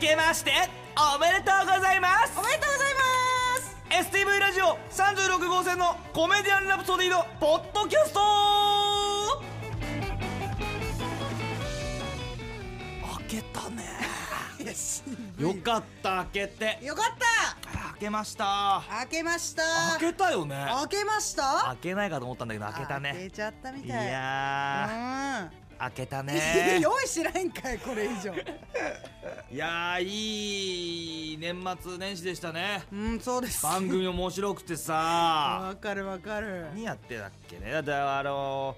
けましておめでとうございますおめでとうございます STV ラジオ36号線のコメディアンラプソディのポッドキャスト開けた ねよかった開けてよかっ開けましたた開けました開けたよね開けました開けないかと思ったんだけど開けた開けねちゃったみいたいやうー開けたん、ね 用意しないんかいこれ以上いやーいい年末年始でしたねうんそうです番組面白くて さわかるわかる何やってたっけねだってあの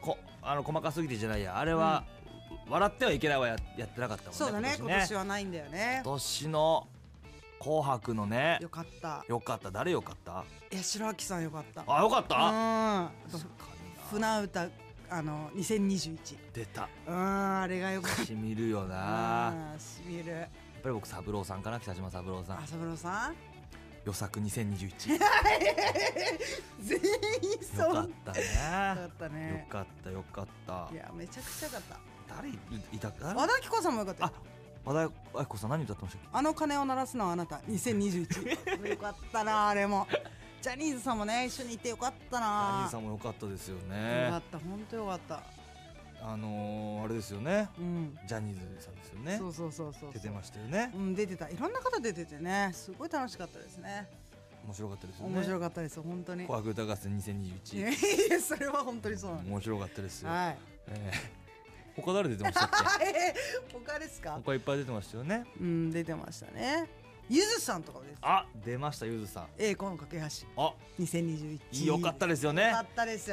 こあの細かすぎてじゃないやあれは、笑ってはいけないはややってなかったもんねそうだね今年今はないんだよね年の「紅白」のねよかったよかった誰よかった八代亜紀さんよかったあよかったうん確かにな船歌あの2021出たうんあれがよかっしみるよなたやうんしみるっぱり僕三郎さんかな北島三郎さん浅村さん予作2021全員 そよかうだっったねたよねかったよかったいやめちゃくちゃよかった誰いいた誰和田アキ子さんもよかったよあ和田愛子さん何歌ってましたっけあの鐘を鳴らすのはあなた 2021よかったなあれもジャニーズさんもね一緒にいてよかったジャニーなズさんも良かったですよよかねった本当よかったあのー、あれですよねうんジャニーズさんですよねそうそうそうそう出てましたよねうん出てたいろんな方出ててねすごい楽しかったですね面白かったですよね面白かっかったです本当にた紅白歌合戦いや2021いやそれは本当にそうなの面白かったですよ、はい えー、他誰出てましたっけえ他ですか他いっぱい出てましたよねうん出てましたねゆずさんとかも出てたあ出ましたゆずさん栄光の架け橋あ2021良かったですよねよかったです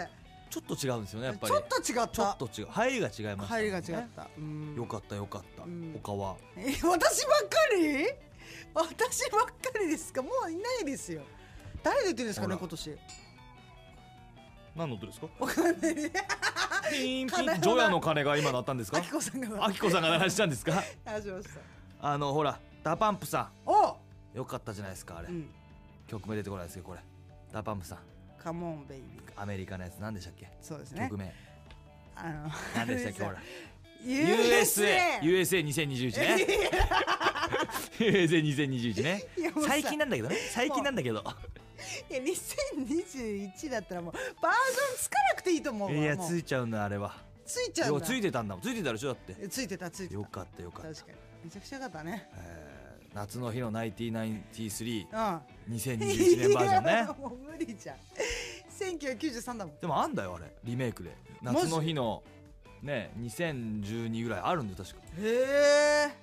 ちょっと違うんですよねやっぱりちょっと違ったちょっと違う入りが違いましたもん入ねりが違った、うんよかったよかった、うん他はえ私ばっかり私ばっかりですかもういないですよ誰出てるんですかほねら今年何の音ですかわかんないピンピ金ンはジョヤの鐘が今鳴ったんですあ かきこさんがあきこさんが鳴らしたんですか話しましたあのほらダパンプさおんよかったじゃないですかあれ、うん曲名出てこないですけどこれダパンプさんカモンベイビーアメリカのやつ何でしたっけ、そうですね曲名あの何でしたっ けほら USA USA2021 ね USA2021 ねいやもうさ最近なんだけどね最近なんだけどいや2021だったらもうバージョンつかなくていいと思うわいやもうついちゃうなあれはついちゃよううんだついてたんだもんついてたでしょだってえついてたついてたよかったよかった確かにめちゃくちゃよかったねえー夏の日の99932021 うん年バージョン いねやもう無理じゃん1993だもんでもあんだよあれリメイクでマジ夏の日のね2012ぐらいあるんで確かへえ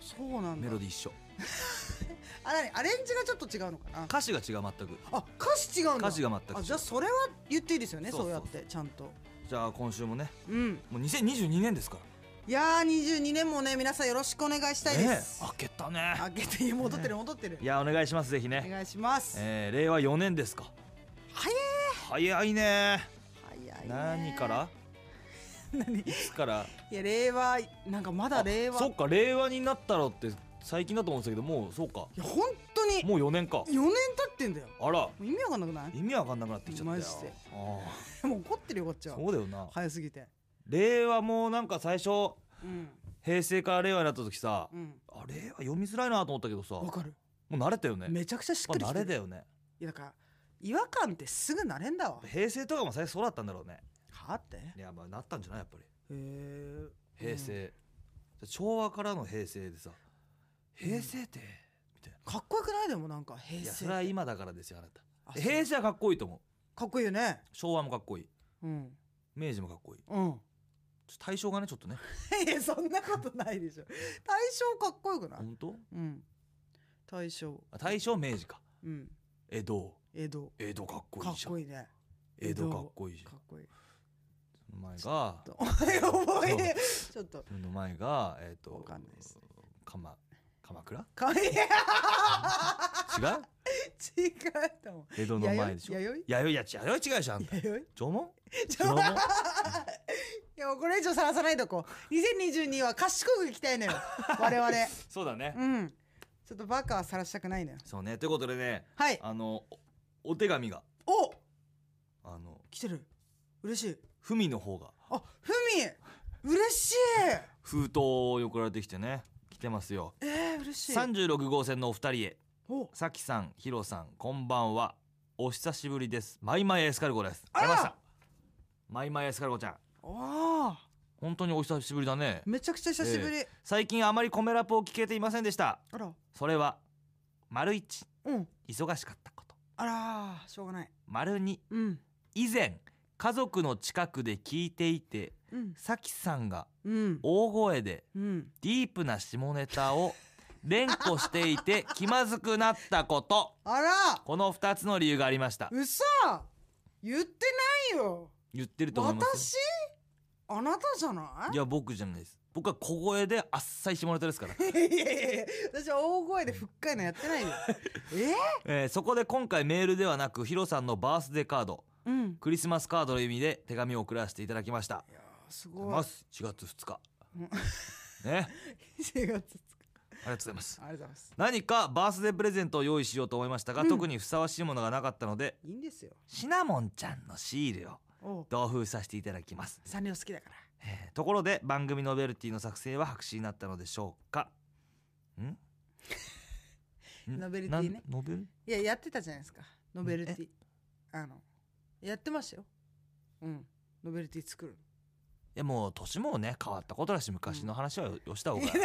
そうなんだメロディー一緒あ何アレンジがちょっと違うのかな歌詞が違う全くあ歌詞違うんだ歌詞が全く違うあじゃあそれは言っていいですよねそうそそううそうやってちゃんとじゃあ今週もねうんもう2022年ですかいやー22年もね皆さんよろしくお願いしたらいです、ねえ開けたね開けて戻ってる戻ってるいやお願いしますぜひおね願いしますえー令和4年ですか早い早いね早いね何から何いつからいや令和なんかまだ令和そいっか令和になったろって最近だと思うんですけどもうそうかや本当にもう4年か4年経ってんだよあらもう意味わかんなくない意味わかんなくなってきちゃったよマジであもう怒ってるよこっちあはそうだよな早すぎて令和もなんか最初うん平成から令和になった時さ、うんあれは読みづらいなと思ったけどさわもかるう慣れたよねめちゃくちゃしっまくりあ、し慣てれるだよねいやだから違和感ってすぐ慣れんだわ平成とかも最初そうだったんだろうねはあってへいやまあなったんじゃないやっぱりえ平成、じゃあ昭和からの平成でさ平成って、みたいかっこよくないでもなんか平ないやそ成れはって今だからですよあなたあそう平成はかっこいいと思うかっこいいよね昭和もかっこいいうん明治もかっこいいうん ちょっと対象がねちょっとねいやそんなことないでしょ大正かっこよくない本当うん大正あ大正明治かうん江戸江戸江戸かっこかいっいじゃこんいいね江戸かっこいいじゃんかっこいいその前がと 覚えてちょっとその前がえっ、とわかんないです鎌鎌倉違うかわいい違う と思う江戸の前でしょ弥弥生いや弥生違うでしょあんた生弥生縄文ち縄ょ文 いやもうこれ以上さらさないとこう2022は賢くいきた いのよ我々そうだねうんちょっとバカはさらしたくないのよそうねということでねはいあのおお手紙がおあの来てる嬉しい文の方があふみ嬉しい封筒を送られてきてね来てますよえー、嬉しい36号線のお二人へおさきさんひろさんこんばんはお久しぶりですマイマイエスカルゴですあら出ましたマイマイエスカルゴちゃんお本当にお久しぶりだねめちゃくちゃ久しぶり、最近あまりコメラプを聞けていませんでしたあらそれは丸一うん忙しかったことあらーしょうがない丸二うん以前家族の近くで聞いていてうんさきさんがうん大声でうんディープな下ネタを 連呼していて気まずくなったことあらこの2つの理由がありましたうそ言ってないよ言ってると思います私あなたじゃないよいや僕じゃないです僕は小声であっさい下ネタですから、 いやいやいや私は大声でふっかいのやってないよええーそこで今回メールではなくヒロさんのバースデーカードうんクリスマスカードの意味で手紙を送らせていただきましたいやーあすりがとうごございいます4月2日ねあり4月がとうございますありがとうございます何かバースデープレゼントを用意しようと思いましたが、うん特にふさわしいものがなかったのでいいんですよシナモンちゃんのシールをおう同封させていただきますサンリオ好きだからえーところで番組ノベルティの作成は白紙になったのでしょうかんん ノベルティねなんノベルいややってたじゃないですかノベルティあのやってましたようんノベルティ作るいやもう年もね変わったことだし昔の話はよよした方のが なん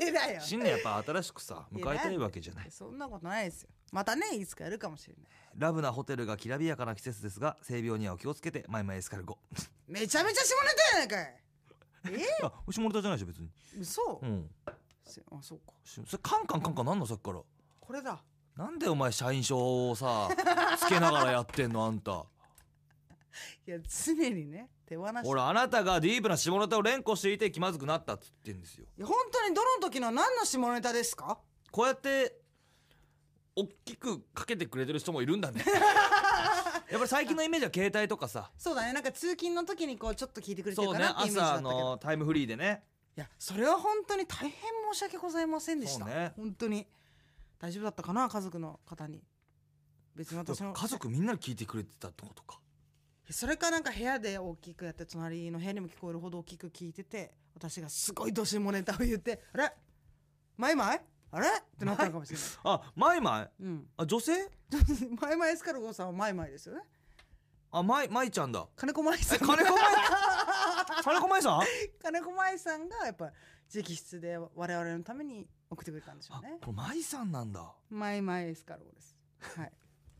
でだよ新年やっぱ新しくさ迎えたいわけじゃないそんなことないですよまたねいつかやるかもしれないラブなホテルがきらびやかな季節ですが性病にはお気をつけてマイマイエスカルゴめちゃめちゃ下ネタやないかいあ下ネタじゃないでしょ別にえ嘘うんせあそうかしそれカンカンカンカンなんのさっきからこれだなんでお前社員証を さつけながらやってんのあんたいや常にね手放してほらあなたがディープな下ネタを連呼していて気まずくなったっつってんですよいや本当にどの時の何の下ネタですかこうやって大きくかけてくれてる人もいるん だねやっぱり最近のイメージは携帯とかさそうだねなんか通勤の時にこうちょっと聞いてくれてそるうかねなってイメージだっ朝たあけど、のタイムフリーでねいやそれは本当に大変申し訳ございませんでした、そうね本当に大丈夫だったかな家族の方に別に私の家族みんなに聞いてくれてたってことかそれかなんか部屋で大きくやって隣の部屋にも聞こえるほど大きく聞いてて私がすごいどしもネタを言ってあれマイマイあれってなったのかもしれない、 あマイマイうん、 あ女性マイマイエスカルゴさんはマイマイですよねあマイマイちゃんだ金子舞さん金子マイ金子マイさんあ 金子舞さんがやっぱ直筆で我々のために送ってくれたんでしょうねこれマイさんなんだマイマイエスカルゴですはい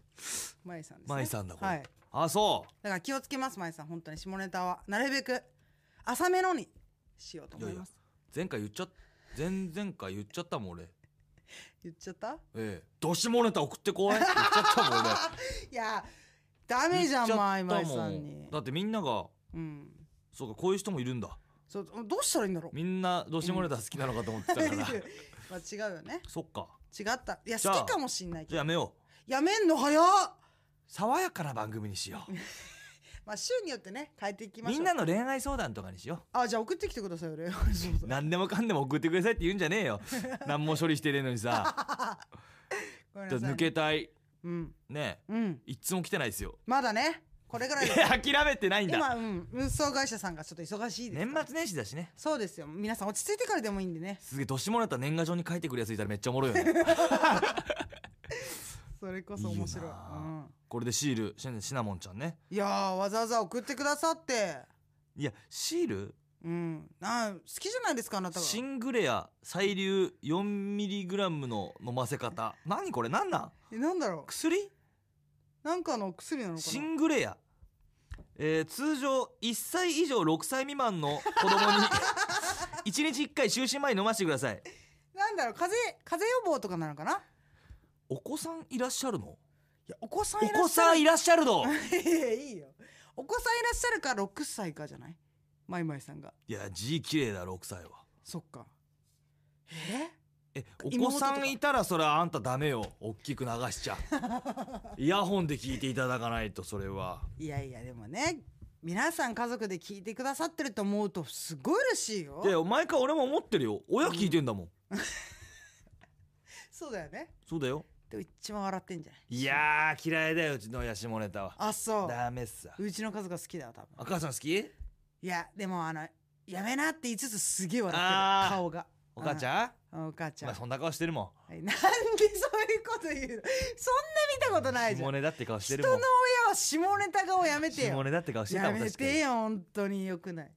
マイさんです、ね、マイさんだこれはいあそだから気をつけます、まいさん。本当に下ネタは。なるべく、浅めのにしようと思います。う前回言っちゃ前々回言っちゃったもん俺言っちゃったええどしもネタ送ってこいって言っちゃったもん俺いや、ダメじゃん、言っちまゃいったまいもさんんにだ。ってみんながうん。そうかこういう人もいるんだそう、どうしたらいいんだろう。みんなどしもネタ好きなのかと思ってたから、 まあ違うよね。 そっか違った。いや、じゃあ好きかもしんないけじゃあやど。めようやめんの早っ爽やかな番組にしようまあ週によってね、変えていきましょみう。んなの恋愛相談とかにしよあ、じゃあ送ってきてくださいよ、俺。 う何でもかんでも送ってくださいって言うんじゃねえよ何も処理してねえのに さごめんじゃあなさい抜けたいうん。ねうん。えいっつも来てないです よまだね、これぐらいいでや諦めてないんだ今、うん。運送会社さんがちょっと忙しいです年から。末年始だしねそうですよ。皆さん落ち着いてからでもいいんでね。すげえ年もらった年賀状に書いてくるやついたらめっちゃおもろいよ ねそれこそ面白い。いいよなあうんこれでシールシナシナモンちゃんねいやーわざわざ送ってくださって。いやシールうん。なん好きじゃないですか、あなたが。シングレア最流 4mg の飲ませ方何これ何なんえ、なんだろう。薬なんかの薬なのかシングレア、えー通常1歳以上6歳未満の子供に1日1回就寝前に飲ませてくださいななんだろう。風邪、風邪予防とかなのかないお子さんいらっしゃるのや、お子さんおいら子っしゃさんる。いらっしゃる のいやいいよ。お子さんいらっしゃるか、6歳かじゃないマイマイさんが。いや字綺麗だ6歳はそっか。ええお妹子とかさんいたらそれはあんたダメよおっきく流しちゃイヤホンで聞いていただかないとそれはいやいや、でもね。皆さん家族で聞いてくださってると思うとすごい嬉しいよい。や毎回俺も思ってるよ親聞いてんだもん、そうだよね。そうだよでも一番笑ってんじゃないいやー嫌いだようちのヤシモネタはあ、そう。ダメっすさうちの家族が好きだよ、多分。赤さん好きいや、でもあの、やめなって言いつつすげえ笑ってある。ー顔が。お母ちゃんお母ちおゃん、前そんな顔してるもはいなんでそういうこと言うのそんな見たことなんいじゃん下ネタって顔してる人ものん親は下ネタ顔やめて下よネタって顔してたやもんめ確かてによ本当によくない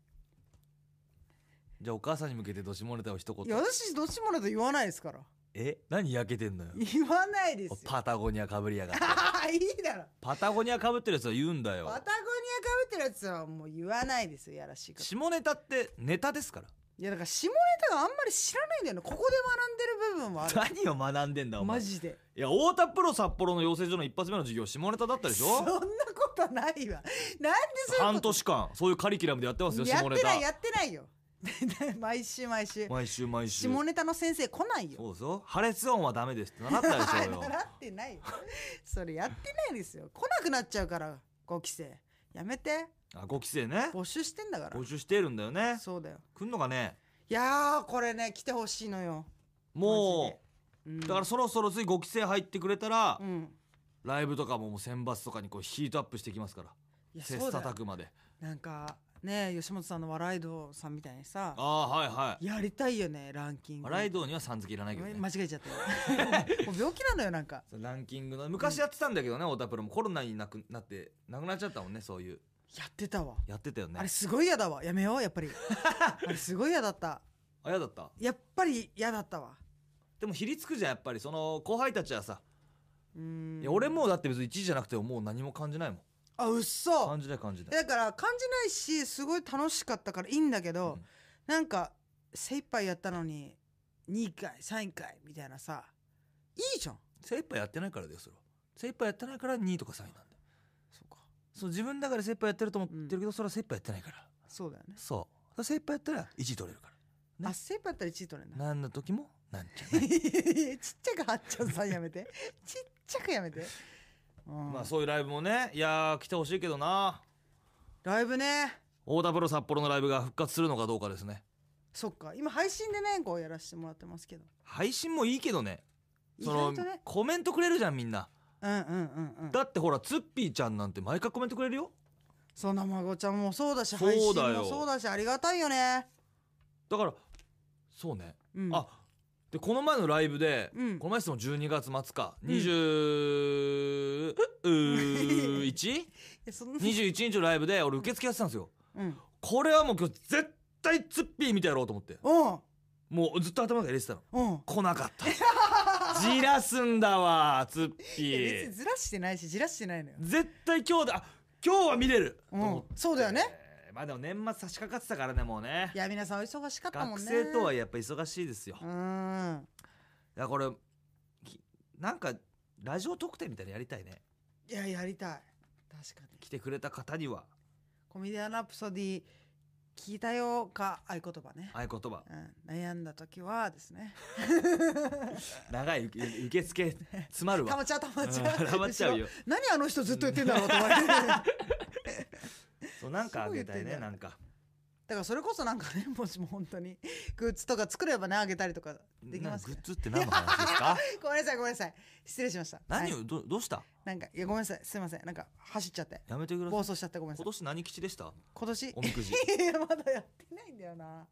じゃあお母さんに向けてどしもネタを一い言や私どっちもだと言わないですからえ何焼けてんのよ言わないですよパタゴニアかぶりや がっていいだろパタゴニアかぶってるやつは言うんだよパタゴニアかぶってるやつはもう言わないですよやらしいこと下ネタってネタですからいやだから下ネタがあんまり知らないんだよねここで学んでる部分はある何を学んでんだお前いマジでや太田プロ札幌の養成所の一発目の授業下ネタだったでしそんなょことないわなんでそういう半こと年間そういうカリキュラムでやってますよや下っネてなタいやってないよ 毎週毎週毎週毎週下ネタの先生来ないよそうですよ破裂音はダメですって習ったでしょうよ 習ってないよそれやってないですよ来なくなっちゃうから5期生やめてあ5期生ね募集してんだか募集してるんだよねらそうだよ来んのかねいやーこれね来てほしいのよもマジでうんうだからそろそろ次5期生入ってくれたら、うんライブとかももう選抜とかにこうヒートアップしてきますからいや切そう磋だよ琢磨でなんかね吉本さんの笑い堂さんみたいにさああはいはいやりたいよねランキング笑い道にはさん付けいらないけどね、間違えちゃった よもう病気なのよなんかランキングの昔やってたんだけどね太田プロもコロナになくなってなくなっちゃったもんねそういうやってたわやってたよねあれすごい嫌だわやめようやっぱり あれすごい嫌だったあ嫌だったやっぱり嫌だったわでもひりつくじゃんやっぱりその後輩たちはさ、うーんいや俺もうだって別に1位じゃなくてももう何も感じないもんあうっそ感じない感じないだから感じないしすごい楽しかったからいいんだけど、うんなんか精一杯やったのに2回3回みたいなさいいじゃん精一杯やってないからだよそれは精一杯やってないから2位とか3位なんだよそうかそう自分だから精一杯やってると思ってるけど、それは精一杯やってないからそうだよねそうだから精一杯やったら1位取れるかねあ精一杯やったら1位取れんなら何の時もなんじ ゃない ちっちゃくはっちゃんさんやめて。ちっちゃくやめて。うんまあそういうライブもねいやー来てほしいけどなライブね。太田プロ札幌のライブが復活するのかどうかですねそっか。今配信でね、こうやらせてもらってますけど。配信もいいけどね意その外とね。コメントくれるじゃんみんなうんうんうんうん。だってほらツッピーちゃんなんて毎回コメントくれるよそうなまごちゃんもそうだし、そうだ配よ信もそうだし、ありがたいよね。だからそうね、うん。あでこの前のライブで、うんこの前ですも12月末かうん21、21いやそんな。日のライブで俺受付やってたんですようん。これはもう今日絶対ツッピー見てやろうと思っておうもうずっと頭が入れてたのおう来なかった じらすんだわツッピいや別ーにずらしてないし、じらしてないのよ。絶対今日であ今日は見れると思って、うんそうだよねまあでも年末差し掛かってたからねもうねいや、皆さんお忙しかったもん学ね。生とはやっぱ忙しいですよ、ういーん。やこれきなんかラジオ特典みたいなのやりたいねいや、やりたい。確かに。来てくれた方にはコメディアンラプソディ聞いたよか合言葉ね、合言葉うん、悩んだ時はですね長い受け受付詰まる たわまっちゃうたまっち うゃんうたまっち ゃうよ後ろ何あの人ずっと言ってんだろうと思って だかそうなんかあげたいすごい言ってんだねよなんからそれこそなんかねもしも本当にグッズとか作ればねあげたりとかできなまんすかかグらッズって何の話ですかごめんなさいごめんなさい失礼しました何はをいどどうしたなんかいやごめんなさいすいませんなんか走っちゃってやめてくださ暴い走しちゃってごめんな さ今年何い吉でした今年おみくじいやまだやってないんだよな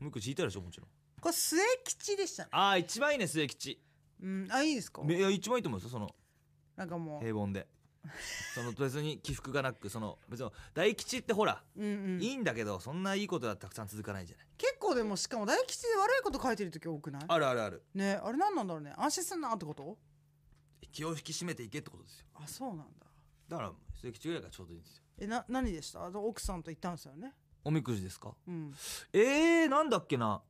おみくじ引いたでしょもちろんこれ末吉でしたねああ一番いいね末吉うんあいいですかめいや一番いいと思うんですよそのなんかも平凡でその別に起伏がなくその別に大吉ってほら、う、うんうん、いいんだけどそんないいことはたくさん続かないじゃない結構でもしかも大吉で悪いこと書いてる時多くないあるあるあるねあれ何なんだろうね安心すんなってこと気を引き締めていけってことですよあそうなんだだから末吉ぐらいがちょうどいいんですよえな何でしたあと奥さんと行ったんですよねおみくじですかうんえー、なんだっけな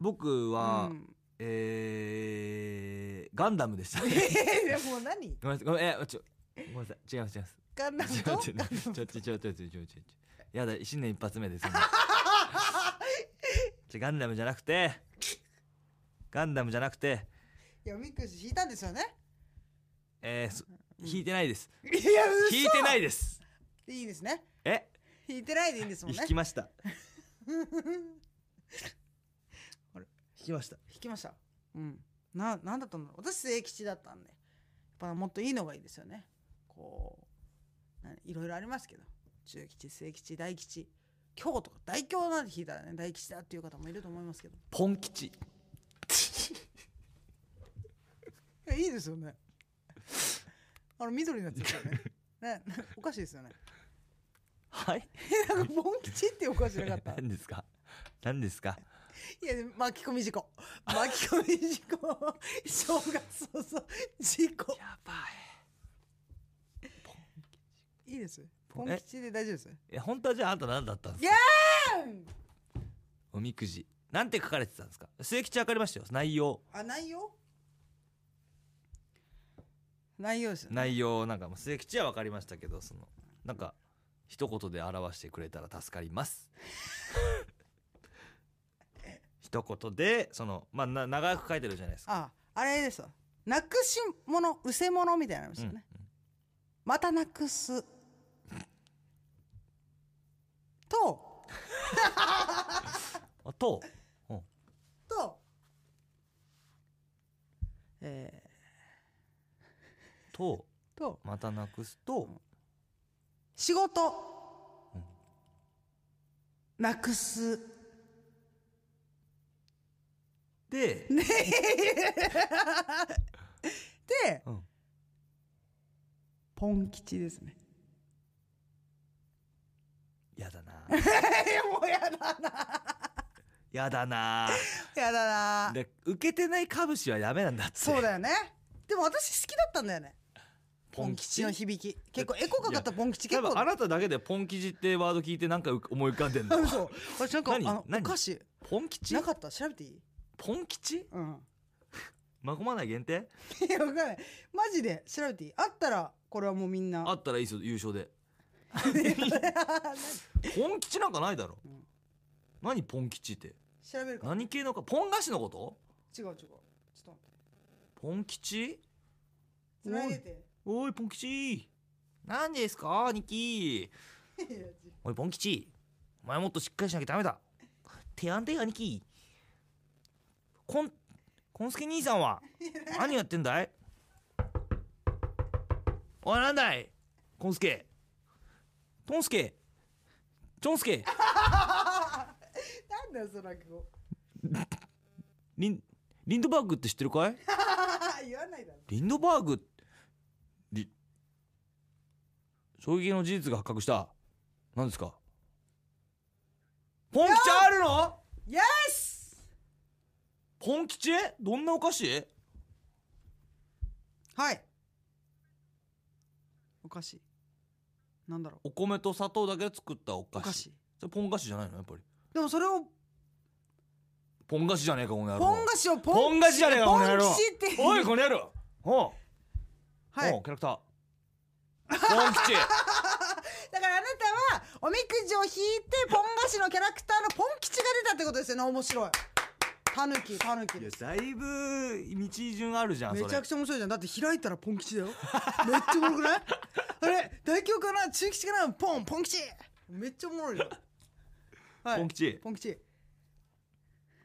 僕は、うん、えー、ガンダムでした えー、でも何ごめんなさいごめんえーちょごめんなさい違います違いますガンダムちとょちょちょちょちょちょちょちょちょやだ新年一発目ですじゃガンダムじゃなくてガンダムじゃなくていやおみくじ引いたんですよねえーそ引いてないですいや引いてないです嘘いいですねえ引いてないでいいんですもん引ねきましたあれ引きました引きましたうんな何だったんだろう私末吉だったんでやっぱもっといいのがいいですよねこうないいろいろありますけど中吉末吉大吉今日とか大凶なんて引いたらね大吉だっていう方もいると思いますけどポン吉れいいですよね あの緑のやつですよねね おかしいですよねはいえなんかボン吉っておかしなか った何ですか何ですかいや巻き込み事故巻き込み事故正月そうそう事故やばいいいですボン吉で大丈夫ですえ本当はじゃああんた何だったんですかいやおみくじなんて書かれてたんですか末吉分かりましたよ内容あ内容内容ですよね内容なんかもう末吉は分かりましたけどそのなんか一言で表してくれたら助かります 一言でそのまあな長く書いてるじゃないですかああれですわなくし物うせ物みたいなのですよね、またなくすとあととえとー、とまたなくすと仕事、なくすで、でうん、ポン吉です ねやだなもうやだなやだなやだなで受けてない株主はダメなんだってそうだよねでも私好きだったんだよねポポンン吉吉の響き結構エコかかったポン吉多結構分あなただけでポン吉ってワード聞いてなんか思い浮かんでんあの嘘私なんかあ何のお何菓子ポン吉なかった調べていいポン吉うん まこまない限定いやわかんないマジで調べていいあったらこれはもうみんなあったらいいですよ優勝で 何ポン吉なんかないだろ、ん何ポン吉って調べるか何系のかポン菓子のこと違う違うちょっと待ポン吉って繋いでておいポン吉何ですか兄貴いや違うおいポン吉お前もっとしっかりしなきゃダメだ手安だよ兄貴こんこんすけ兄さん は何やってんだいおいなんだいこんすけとんすけちょんすけなんだよその落語リンリンドバーグって知ってるかい言わないだろリンドバーグリ衝撃の事実が発覚した何ですかポン吉あるのよしポン吉どんなお菓子はいお菓子なんだろお米と砂糖だけで作ったおうお菓子菓子それポン菓子じゃないのやっぱりでもそれをポン菓子じゃねえかこの野郎ポン菓子をポンポン菓子じゃねえかこポンの野郎吉っておいこの野郎おう、はいおうキャラクターポン 吉だからあなたはおみくじを引いてポン菓子のキャラクターのポン吉が出たってことですよね面白いタヌキタヌキいやだいぶ道順あるじゃんそめれちゃくちゃ面白いじゃんだって開いたらポン吉だよ めっちゃおもろくないあれ大凶かな中吉かなポンポン吉めっちゃおもろいじゃん、はい、ポン吉ポン吉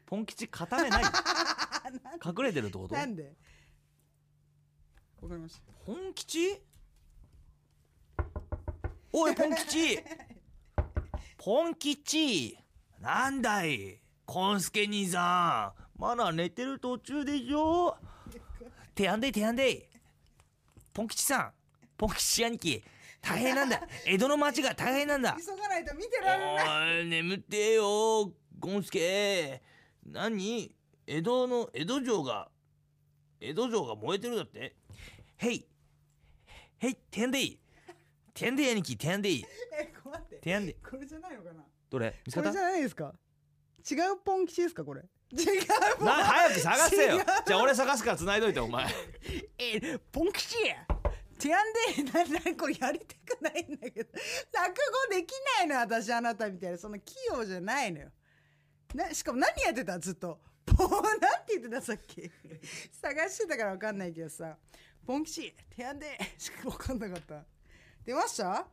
ポン吉固め ない隠れてるってことなんでわかりましポン吉おいポン吉ポン吉なんだいコンスケ兄さんまだ寝てる途中でしょてやんでいてやんでいポン吉さんポン吉兄貴大変なんだ江戸の町が大変なんだた急がないと見てられないおい眠ってえよゴンスケ何江戸の江戸城が江戸城が燃えてるだってへいへいてやんでいてやんでい兄貴てやんでいえこう待っててやんでいこれじゃないのかなどれ見つこかれっじたゃないですか違うポン吉ですかこ れ違うポンな早く探せ違ようじゃあ俺探すから繋いどいてお前えポン吉てやんでななこれやりたくないんだけど落語できないのよ私あなたみたいなその器用じゃないのよなしかも何やってたずっと ポンなんて言ってたさっき探してたから分かんないけどさポン吉てやんでしか分かんなかった出ました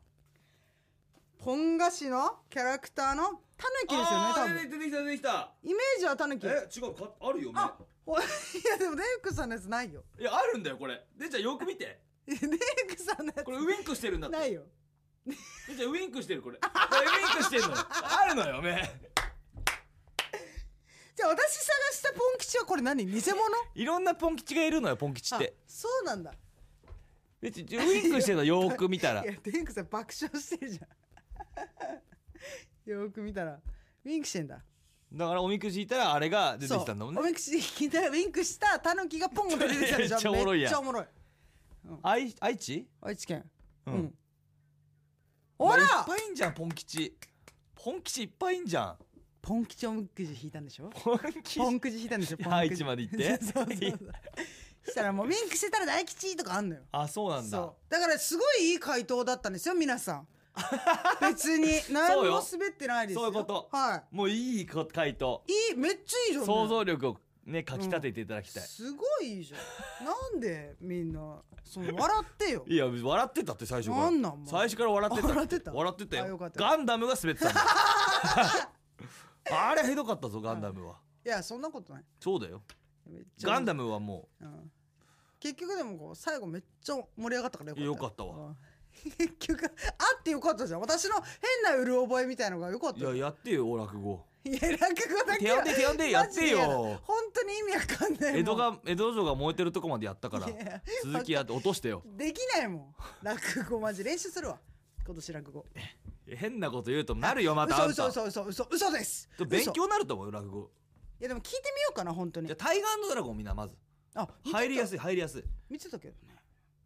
ポン菓子のキャラクターのタヌキですよね多分出てきた出てきたイメージはタヌキ いや違うかあるよあでもレイクさんのやつないよ いやあるんだよこれでじゃあよく見てレイクさんのやウインクしてるんだつないよでじゃあウインクしてるこれこれウインクしてるのよあるのよ目じゃあ私探したポン吉はこれ何偽物いろんなポン吉がいるのよ、ポン吉っあて。そうなんだ別にウインクしてるの、よーく見たらい。やデンクさん爆笑してるじゃん よーく見たらウィンクしてんだだからおみくじ引いたら、あれが出てきたんだもんそうおね。みくじ聞いたらウィンクしたタヌキがポンと出てきたでし ょめっちゃおもろいやんめっちゃおもろい愛愛知愛知県ううんん、ほらいっぱいいんじゃん、ポン吉。ポン吉いっぱいいんじゃん。ポン吉おみくじ引いたん でしょポン吉。ポンくじ引いたんでしょいやポンく じ愛知まで行って そうそうそうしたらもうウィンクしてたら大吉とかあんのよあ、そうなんだそ。うだからすごいいい回答だったんですよ皆さん 別に何そうもよ滑ってないですよそういうことはもういい回答。いいいめっちゃいいじゃん想像力をね、かき立てていただきたい。すごいいいじゃんなんでみんなその笑ってよいや、笑ってたって最初から。なんなんもう最初から笑ってた。笑ってた笑ってたあよ。よかったガンダムが滑って たんだ。あれひどかったぞ、ガンダムは。いやそんなことないそうだよ。めっちゃガンダムはもうん結局でもこう最後めっちゃ盛り上がったからよかったよかったわうん結局あってよかったじゃん私の変なうる覚えみたいのがよかっう、たいや、よやってよ、お落語。いや落語だけ手やんで手やんでやってよマジで嫌だ本当に意味わかんないもん江戸が、江戸城が燃えてるとこまでやったからい。や続きやって落としてよ。 できないもん落語マジ練習するわ今年落語変なこと言うとなるよ、またあん嘘た。嘘嘘嘘嘘嘘です嘘勉強になると思うよ、落語。いやでも聞いてみようかな本当じにゃあ、タイガードラゴンみんな、まず。あ入りやいすい、入りやすい。見てたけどね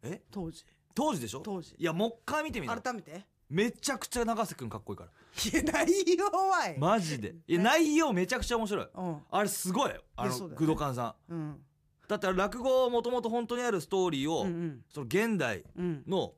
え当時当時でしょ当時いや、もう一回見てみな。改めていめちゃくちゃ永瀬くんかっこいいから。や内容はいマジで。いや、内容めちゃくちゃ面白い。うんあれすごいよ。あの、いやそうだよね工藤勘さうんん。だってあれ落語もともと本当にあるストーリーを、うんうんその現代うんの、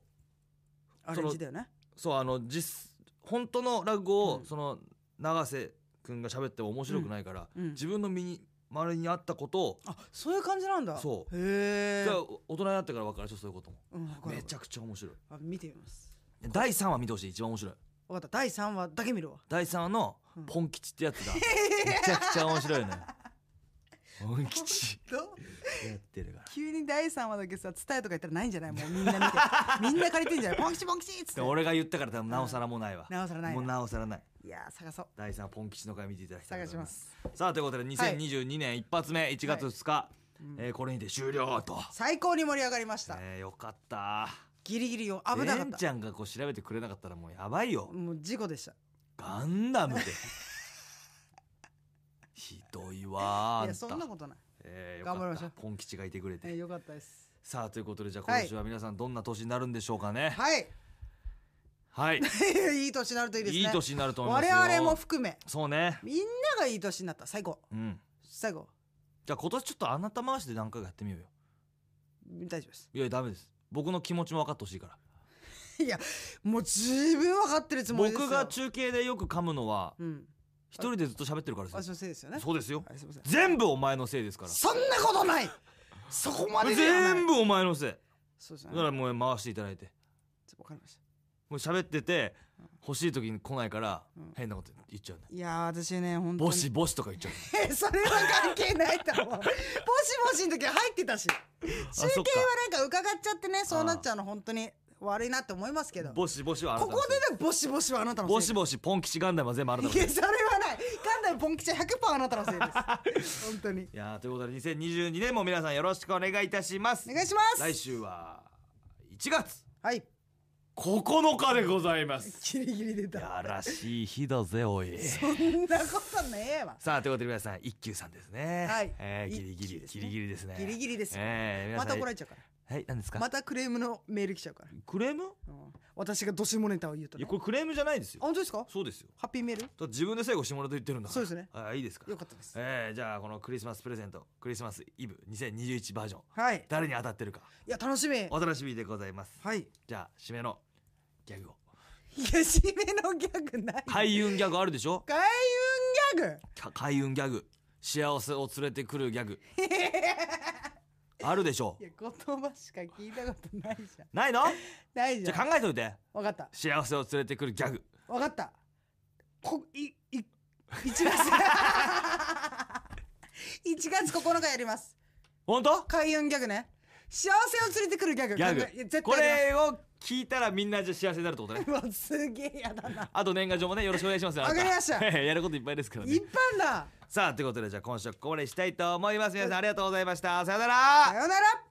アレンジだよねそう、あの、実、本当の落語を、うんその、永瀬くんが喋っても面白くないから、うんうん自分の身に、周りにあったことを、あそういう感じなんだそうへえじゃあ大人になってから分かるでしょ、そういうことも。めちゃゃくちゃ面白い。あ見てみます第3話見てほしい、一番面白い。わかった第三話だけ見るわ第3話のうん、ポン吉ってや つが、めちゃくちゃ面白いのよ。ポン吉。どやってるから。急に第三話だけさ伝えとか言ったらないんじゃないもうみんな見てみんな借りてんじゃ ないポンキチポンキチっつってで俺が言ったから多分なおさらもうないわ。なおさらないなもうなおさらない。いやー探そう第3ポン吉の会見ていただきたい探とし思いまます。すさあということで2022年一発目1月2日、うんえーこれにて終了と。最高に盛り上がりました、えー、よかった。ギリギリよ危なかレンっちたゃんがこう調べてくれなかったらもうやばいよ。もう事故でしたガンダ ムで。ひどいわあんいやた。そんなことない、えー、よかった頑張りましょうポン吉がいてくれて。えー、よかったですさあということでじゃあは今い年は皆さんどんな年になるんでしょうかね。はいはい。 いい年になるといいですねいい年になると思います我よ。々も含めそうね。みんながいい年になった最後うん。最後じゃあ今年ちょっとあなた回しで何回かやってみようよ。大丈夫ですいやダメです。僕の気持ちも分かってほしいから。いやもう十分分かってるつもりですよ僕が中継でよく噛むのはうん一人でずっと喋ってるからです私よ。のせいですよねそうですよ。はいすいません全部お前のせいですから。そんなことないそこまでではない全部お前のせい。そうですだねからもう回していただいて。わかりましたもう喋ってて欲しい時に来ないからうん変なこと言っちゃうね。いやー私ね本当にボシボシとか言っちゃうね。え それは関係ないと 思うボシボシの時は入ってたしあ中そっか継はなんか伺っちゃってねそうなっちゃうの本当に悪いなって思いますけどこボシボシはあなたこのでせいねボシボシはあなたのせいボシボシポン吉ガンダムは全部あなたのいせいや。それはないガンダムポン吉は100%あなたのせいです本当 にいやーということで2022年も皆さんよろしくお願いいたしますお願いします来週は1月はい9日でござい ますギリギリ出たやらしい日だぜおいそんなことねえわさあということで皆さん一休さんですねはいえー、ギリギ一リ、休ですギねリギリですねギリギリですよえー、皆まさたん怒られちゃうからはい何ですか、またクレームのメール来ちゃうから、クレームうん私がドシモネタを言うといねやあこれクレームじゃないですよ本当ですかそうですよハッピーメールだって自分で最後下ネタ言ってるんだからそうですねあいいですかよかったですえー、じゃあこのクリスマスプレゼントクリスマスイブ2021バージョンはい誰に当たってるかいや楽しみお楽しみでございますはいじゃあ締めのギャグをいや締めのギャグない開運ギャグあるでしょ開運ギャグか開運ギャグ幸せを連れてくるギャ グあるでしょいや言葉しか聞いたことないじゃんないのないじじゃゃあん考えといてわかった幸せを連れてくるギャグわかったこいい1月 1月9日やります本当開運ギャグね幸せを連れてくるギャグギャ考えいや絶グ対こやりれを聞いたらみんなじゃ幸せになるってことねもうすげえやだな。あと年賀状 もねよろしくお願いしますよわかりましたあな やることいっぱいですからいねっぱいあんだ。さあということでじゃあ今週はここまでしたいと思います皆さんありがとうございましたさよならさよなら。